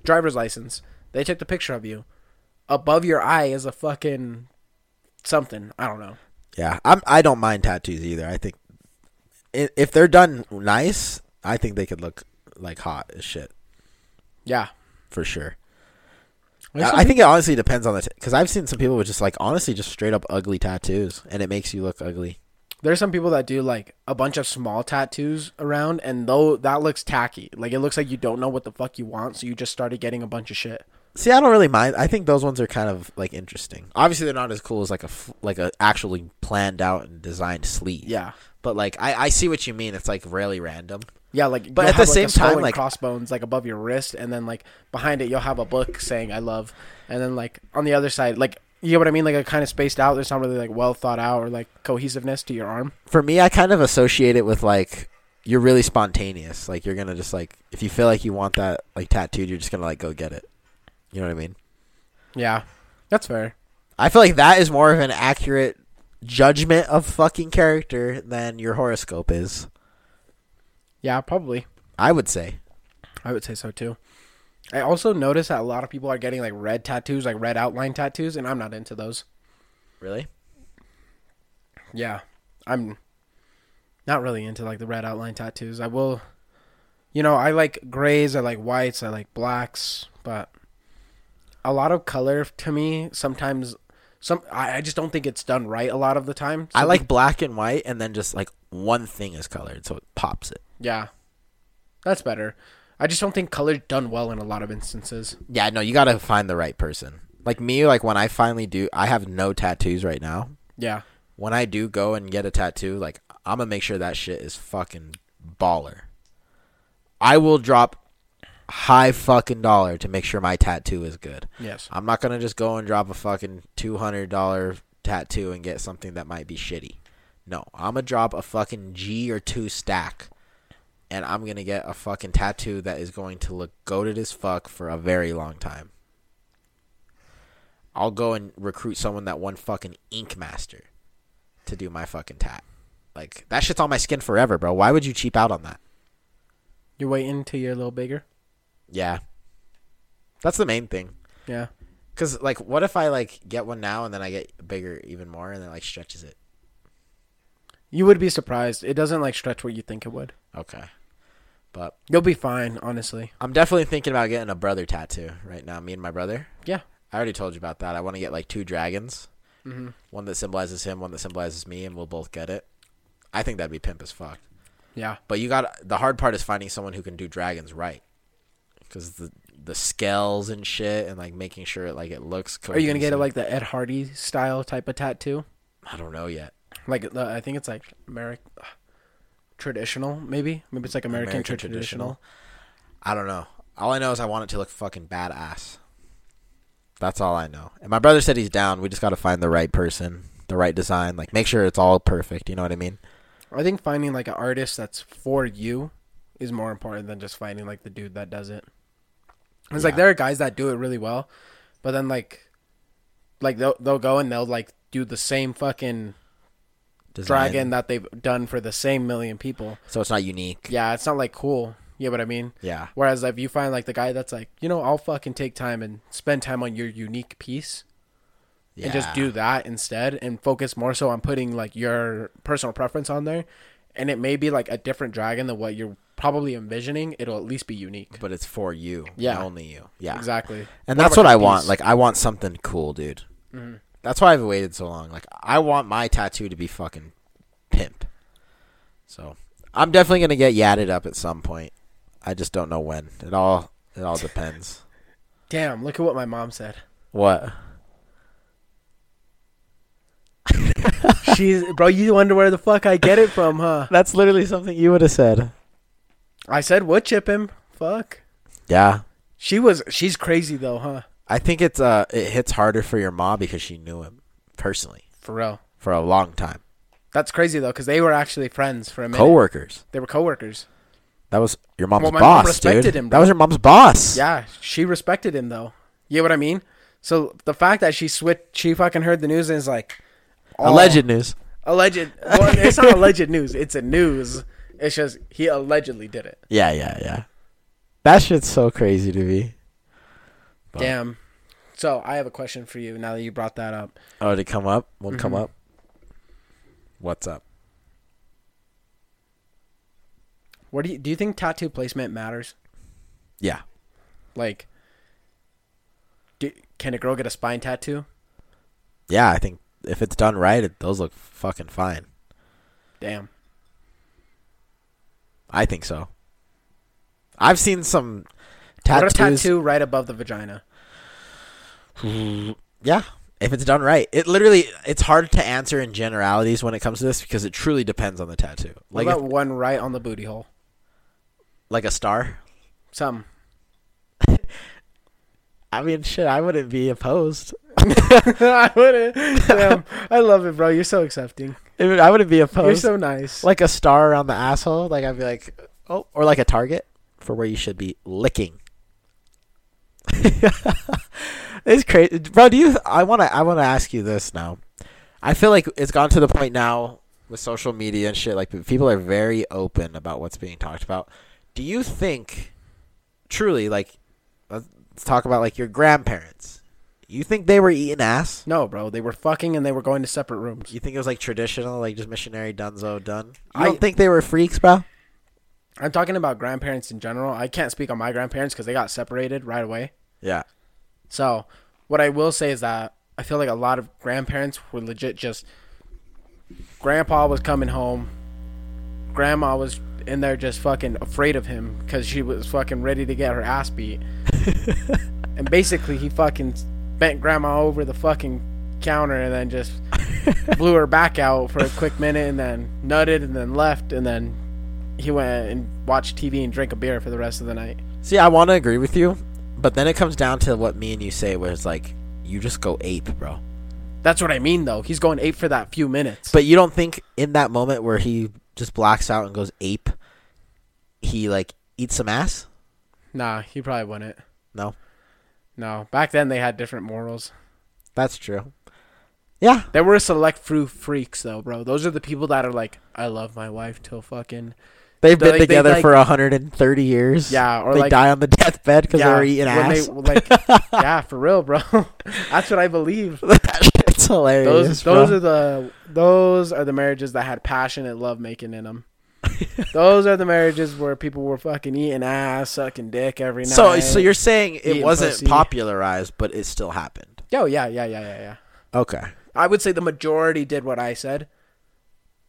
driver's license, they took the picture of you. Above your eye is a fucking something. I don't know.
Yeah, I'm. I don't mind tattoos either. I think i- if they're done nice, I think they could look like hot as shit
Yeah.
for sure.
There's some
I, I think it honestly depends on the because I've seen some people with just like honestly just straight up ugly tattoos, and it makes you look ugly.
there's some people that do like a bunch of small tattoos around and though that looks tacky like it looks like you don't know what the fuck you want so you just started getting a bunch of shit
See, I don't really mind. I think those ones are kind of like interesting. Obviously, they're not as cool as like a f- like a actually planned out and designed sleeve.
yeah
but like I, I see what you mean. It's like really random.
yeah like
But
you'll
at the
have, like,
same
a skull
time,
and
like-
crossbones like above your wrist and then like behind it you'll have a book saying i love and then like on the other side like you know what i mean like a kind of spaced out there's not really like well thought out or like cohesiveness to your arm
For me, I kind of associate it with like you're really spontaneous. Like you're gonna just like if you feel like you want that like tattooed, you're just gonna like go get it. You know what I mean?
yeah that's fair
I feel like that is more of an accurate judgment of fucking character than your horoscope is.
yeah probably
I would say.
I would say so too. I also notice that a lot of people are getting like red tattoos, like red outline tattoos, and I'm not into those.
Really?
Yeah. I'm not really into like the red outline tattoos. I will you know, I like grays, I like whites, I like blacks, but a lot of color to me sometimes some I, I just don't think it's done right a lot of the time.
I
Some
like black and white, and then just like one thing is colored, so it pops it.
Yeah. That's better. I just don't think color's done well in a lot of instances.
Yeah, no, you gotta find the right person. Like me, like when I finally do, I have no tattoos right now.
Yeah.
When I do go and get a tattoo, like I'm gonna make sure that shit is fucking baller. I will drop high fucking dollar to make sure my tattoo is good.
Yes.
I'm not gonna just go and drop a fucking two hundred dollar tattoo and get something that might be shitty. No, I'm gonna drop a fucking G or two stack, and I'm gonna get a fucking tattoo that is going to look goaded as fuck for a very long time. I'll go and recruit someone that won fucking Ink Master to do my fucking tat. Like that shit's on my skin forever, bro. Why would you cheap out on that?
You're waiting till you're a little bigger?
Yeah, that's the main thing.
Yeah.
Cause like, what if I like get one now and then I get bigger even more and then like stretches it?
You would be surprised. It doesn't like stretch what you think it would.
Okay, but
You'll be fine, honestly.
I'm definitely thinking about getting a brother tattoo right now. Me and my brother.
Yeah.
I already told you about that. I want to get like two dragons,
Mm-hmm.
one that symbolizes him, one that symbolizes me, and we'll both get it. I think that'd be pimp as fuck.
Yeah.
But you got the hard part is finding someone who can do dragons right, because the the scales and shit and like making sure it like it looks.
Are you gonna get it
cohesive.
like the Ed Hardy style type of tattoo?
I don't know yet.
Like the, I think it's like American traditional, maybe. Maybe it's like American,
American
traditional.
traditional. I don't know. All I know is I want it to look fucking badass. That's all I know. And my brother said he's down. We just got to find the right person, the right design. Like, make sure it's all perfect. You know what I mean?
I think finding like an artist that's for you is more important than just finding like the dude that does it. It's like
Yeah.
there are guys that do it really well, but then like, like they'll they'll go and they'll like do the same fucking
Design.
dragon that they've done for the same million people.
So it's not unique.
Yeah, it's not like cool. Yeah, but I mean,
Yeah.
Whereas if you find like the guy that's like, you know, I'll fucking take time and spend time on your unique piece
yeah.
and just do that instead and focus more so on putting like your personal preference on there. And it may be like a different dragon than what you're probably envisioning. It'll at least be unique.
But it's for you.
Yeah.
Yeah. Only you. Yeah.
Exactly.
And
More of
that's
a
what I
cut
want.
piece.
Like, I want something cool, dude.
Mm-hmm.
That's why I've waited so long. Like, I want my tattoo to be fucking pimp. So I'm definitely gonna get yadded up at some point. I just don't know when. It all it all depends.
damn, look at what my mom said.
what?
She's, bro, you wonder where the fuck I get it from, huh?
That's literally something you would have said.
I said wood chip him. Fuck.
Yeah.
She was, she's crazy though, huh?
I think it's uh it hits harder for your ma because she knew him personally
For real.
for a long time.
That's crazy though, because they were actually friends for a minute.
Coworkers.
They were coworkers.
That was your mom's
Well, my mom
boss,
respected
dude.
him,
that
bro.
was your mom's boss.
Yeah, she respected him though. You know what I mean? So the fact that she switched, she fucking heard the news and is like, oh,
Alleged news.
alleged. Well, it's not alleged news. It's a news. It's just he allegedly did it.
Yeah, yeah, yeah. That shit's so crazy to me. Wow.
Damn. So I have a question for you now that you brought that up.
Oh, did it come up? One come up. What's up?
What do you do? You think tattoo placement matters?
Yeah.
Like, do, can a girl get a spine tattoo?
Yeah, I think if it's done right, it, those look fucking fine.
Damn.
I think so. I've seen some
What
tattoos.
a tattoo right above the vagina.
Yeah, if it's done right, it literally it's hard to answer in generalities when it comes to this because it truly depends on the tattoo.
What
Like
about
if-
one right on the booty hole?
like a star.
Some.
I mean, shit, I wouldn't be opposed.
I wouldn't. Damn. Oh, I love it, bro. You're so accepting.
I mean, I wouldn't be
You're
opposed.
so nice.
like a star around the asshole. Like I'd be like, oh, or like a target for where you should be licking. it's crazy, bro. Do you? I want to. I want to ask you this now. I feel like it's gone to the point now with social media and shit. Like people are very open about what's being talked about. Do you think, truly, like, let's talk about like your grandparents? You think they were eating ass?
no, bro. They were fucking and they were going to separate rooms.
You think it was like traditional, like just missionary dunzo done? You
I-
don't think they were freaks, bro?
I'm talking about grandparents in general. I can't speak on my grandparents because they got separated right away.
Yeah.
So, what I will say is that I feel like a lot of grandparents were legit just grandpa was coming home, grandma was in there just fucking afraid of him because she was fucking ready to get her ass beat. and basically, he fucking bent grandma over the fucking counter and then just blew her back out for a quick minute and then nutted and then left and then he went and watched TV and drank a beer for the rest of the night.
See, I want to agree with you, but then it comes down to what me and you say, where it's like you just go ape, bro.
That's what I mean, though. He's going eight for that few minutes.
But you don't think in that moment where he just blacks out and goes ape, he like eats some ass?
Nah, he probably wouldn't.
No,
No, back then they had different morals.
that's true. Yeah,
There were select few freaks though, bro. Those are the people that are like, I love my wife till fucking
they've
They're
been
like- they,
together
like-
for 130 years.
Yeah, or
they
like-
die on the deathbed because they were eating
when
ass.
They, like, yeah, for real, bro. That's what I believe.
that shit's hilarious.
Those those
bro.
are the those are the marriages that had passionate love making in them. those are the marriages where people were fucking eating ass, sucking dick every night.
so so you're saying it
Eating
wasn't
pussy.
popularized, but it still happened.
yo yeah yeah yeah yeah yeah.
Okay,
I would say the majority did what I said.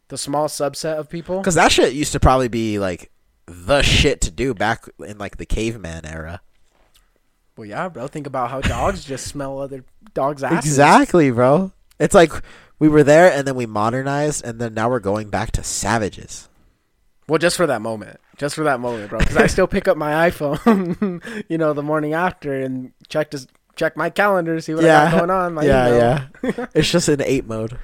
The small subset of people.
because that shit used to probably be like the shit to do back in like the caveman era.
Well, yeah, bro. Think about how dogs just smell other dogs' asses.
Exactly, bro. It's like we were there and then we modernized and then now we're going back to savages.
Well, just for that moment, just for that moment, bro. Because I still pick up my iPhone, you know, the morning after and check to check my calendar, see what I got going on. My
yeah,
email.
yeah. it's just in eight mode.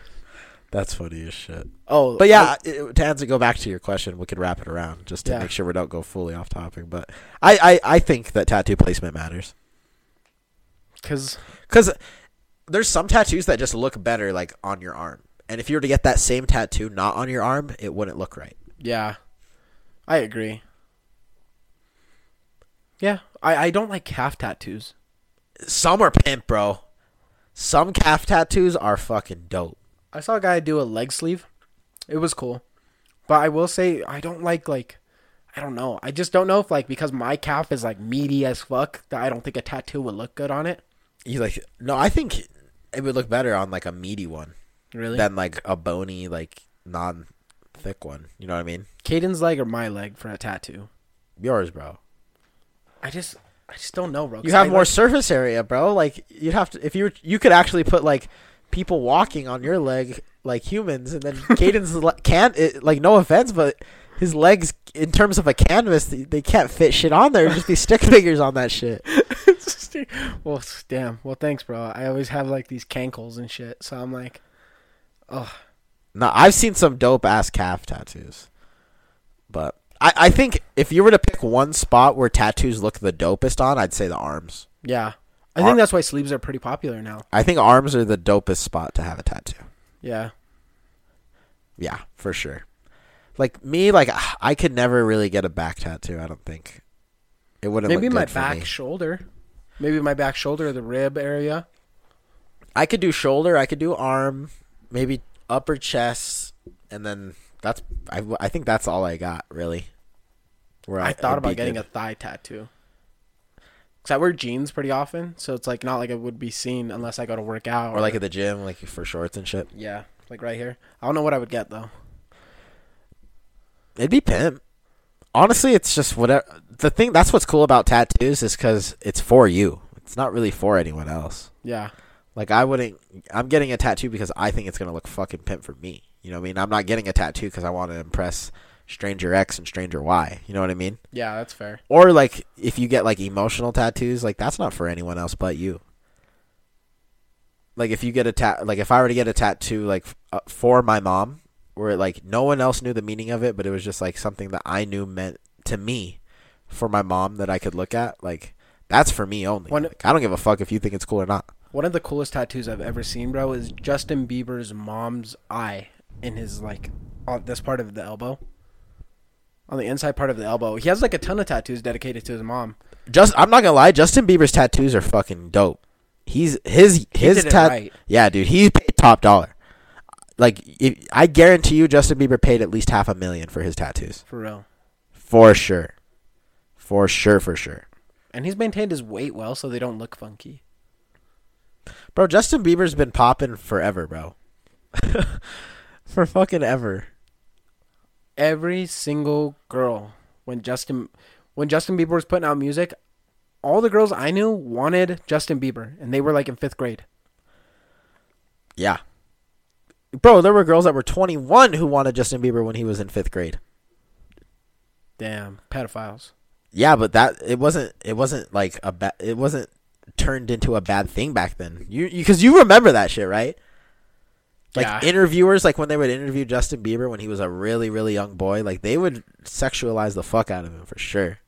That's funny as shit.
Oh,
But yeah, it- to answer, go back to your question, we could wrap it around just to
Yeah.
make sure we don't go fully off topic. But I, I, I think that tattoo placement matters.
because
Because there's some tattoos that just look better, like on your arm. And if you were to get that same tattoo not on your arm, it wouldn't look right.
yeah, I agree. Yeah, I I don't like calf tattoos.
Some are pimp, bro. Some calf tattoos are fucking dope.
I saw a guy do a leg sleeve. It was cool. But I will say I don't like like I don't know. I just don't know if like because my calf is like meaty as fuck that I don't think a tattoo would look good on it.
You like no, I think it would look better on like a meaty one
Really?
than like a bony, like non thick one. You know what I mean?
Caden's leg or my leg for a tattoo.
Yours, bro.
I just I just don't know, bro. 'cause
You have
I
more
like-
surface area, bro. Like you'd have to if you were, you could actually put like people walking on your leg like humans, and then Caden's le- can't it, like no offense, but his legs in terms of a canvas, they, they can't fit shit on there. It'd Just be stick figures on that shit.
well, s- damn. Well, thanks, bro. I always have like these cankles and shit, so I'm like, oh,
No, I've seen some dope ass calf tattoos. But I, I think if you were to pick one spot where tattoos look the dopest on, I'd say the arms.
Yeah. I
Ar-
think that's why sleeves are pretty popular now.
I think arms are the dopest spot to have a tattoo.
Yeah.
Yeah, for sure. Like me, like I could never really get a back tattoo. I don't think it wouldn't.
Maybe
look
my
good for
back
me.
shoulder. Maybe my back shoulder, the rib area.
I could do shoulder. I could do arm. Maybe upper chest, and then that's. I, I think that's all I got really. Where
I
it
thought
would be
about getting
good.
a thigh tattoo. Cause I wear jeans pretty often, so it's like not like it would be seen unless I go to work out
or like at the gym, like for shorts and shit.
yeah, like right here. I don't know what I would get though.
It'd be pimp. Honestly, it's just whatever. The thing that's what's cool about tattoos is because it's for you. It's not really for anyone else.
Yeah,
Like I wouldn't. I'm getting a tattoo because I think it's gonna look fucking pimp for me. You know what I mean? I'm not getting a tattoo because I want to impress Stranger X and Stranger Y. You know what I mean?
yeah, that's fair.
Or like if you get like emotional tattoos, like that's not for anyone else but you. Like if you get a tat, like if I were to get a tattoo, like f- uh, for my mom, where like no one else knew the meaning of it, but it was just like something that I knew meant to me, for my mom that I could look at, like that's for me only.
When-
Like, I don't give a fuck if you think it's cool or not.
One of the coolest tattoos I've ever seen, bro, is Justin Bieber's mom's eye in his like on this part of the elbow. On the inside part of the elbow. He has like a ton of tattoos dedicated to his mom.
Just I'm not gonna lie, Justin Bieber's tattoos are fucking dope. He's his his
did it
tat.
right.
Yeah, dude, he paid top dollar. Like if, I guarantee you, Justin Bieber paid at least half a million for his tattoos,
For real.
for sure, for sure, for sure.
And he's maintained his weight well so they don't look funky.
Bro, Justin Bieber's been popping forever, bro. for fucking ever.
Every single girl when Justin when Justin Bieber was putting out music, all the girls I knew wanted Justin Bieber and they were like in 5th grade.
Yeah. Bro, there were girls that were 21 who wanted Justin Bieber when he was in fifth grade.
Damn, pedophiles.
Yeah, but that it wasn't it wasn't like a bad it wasn't turned into a bad thing back then. You because you, remember that shit, right? Like
Yeah.
interviewers, like when they would interview Justin Bieber when he was a really really young boy, like they would sexualize the fuck out of him for sure.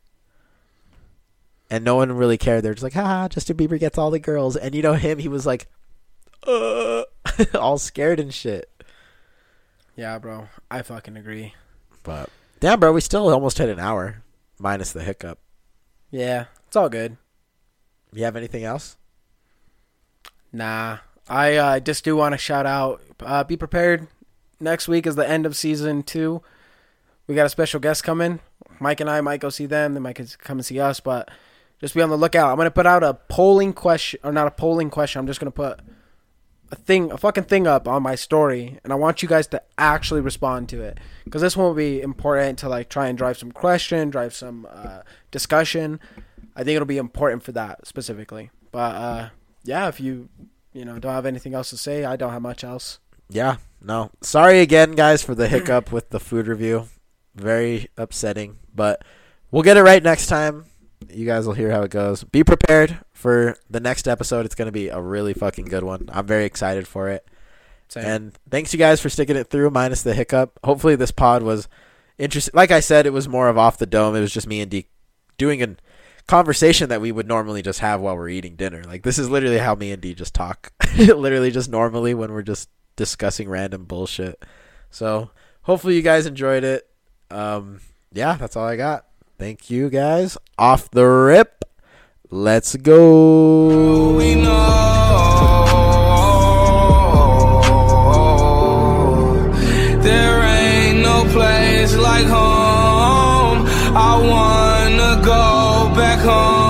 And no one really cared. They're just like, "Ha, Justin Bieber gets all the girls." And you know him, he was like, "Uh," all scared and shit.
Yeah, bro. I fucking agree.
But damn, bro, we still almost hit an hour, minus the hiccup.
Yeah, it's all good.
You have anything else?
Nah, I uh, just do want to shout out. Uh, be prepared. Next week is the end of season two. We got a special guest coming. Mike and I might go see them. They might come and see us. But just be on the lookout. I'm gonna put out a polling question, or not a polling question. I'm just gonna put a thing, a fucking thing up on my story, and I want you guys to actually respond to it because this one will be important to like try and drive some question, drive some uh, discussion. I think it'll be important for that specifically. But uh, yeah, if you you know don't have anything else to say, I don't have much else.
Yeah, no. Sorry again, guys, for the hiccup with the food review. Very upsetting, but we'll get it right next time. You guys will hear how it goes. Be prepared for the next episode. It's going to be a really fucking good one. I'm very excited for it.
Same.
And thanks you guys for sticking it through, minus the hiccup. Hopefully, this pod was interesting. Like I said, it was more of off the dome. It was just me and D doing a conversation that we would normally just have while we're eating dinner. Like this is literally how me and D just talk. literally just normally when we're just discussing random bullshit. So hopefully you guys enjoyed it. Um, yeah, that's all I got. Thank you guys. Off the rip. Let's go.
we know there ain't no place like home. I wanna go back home.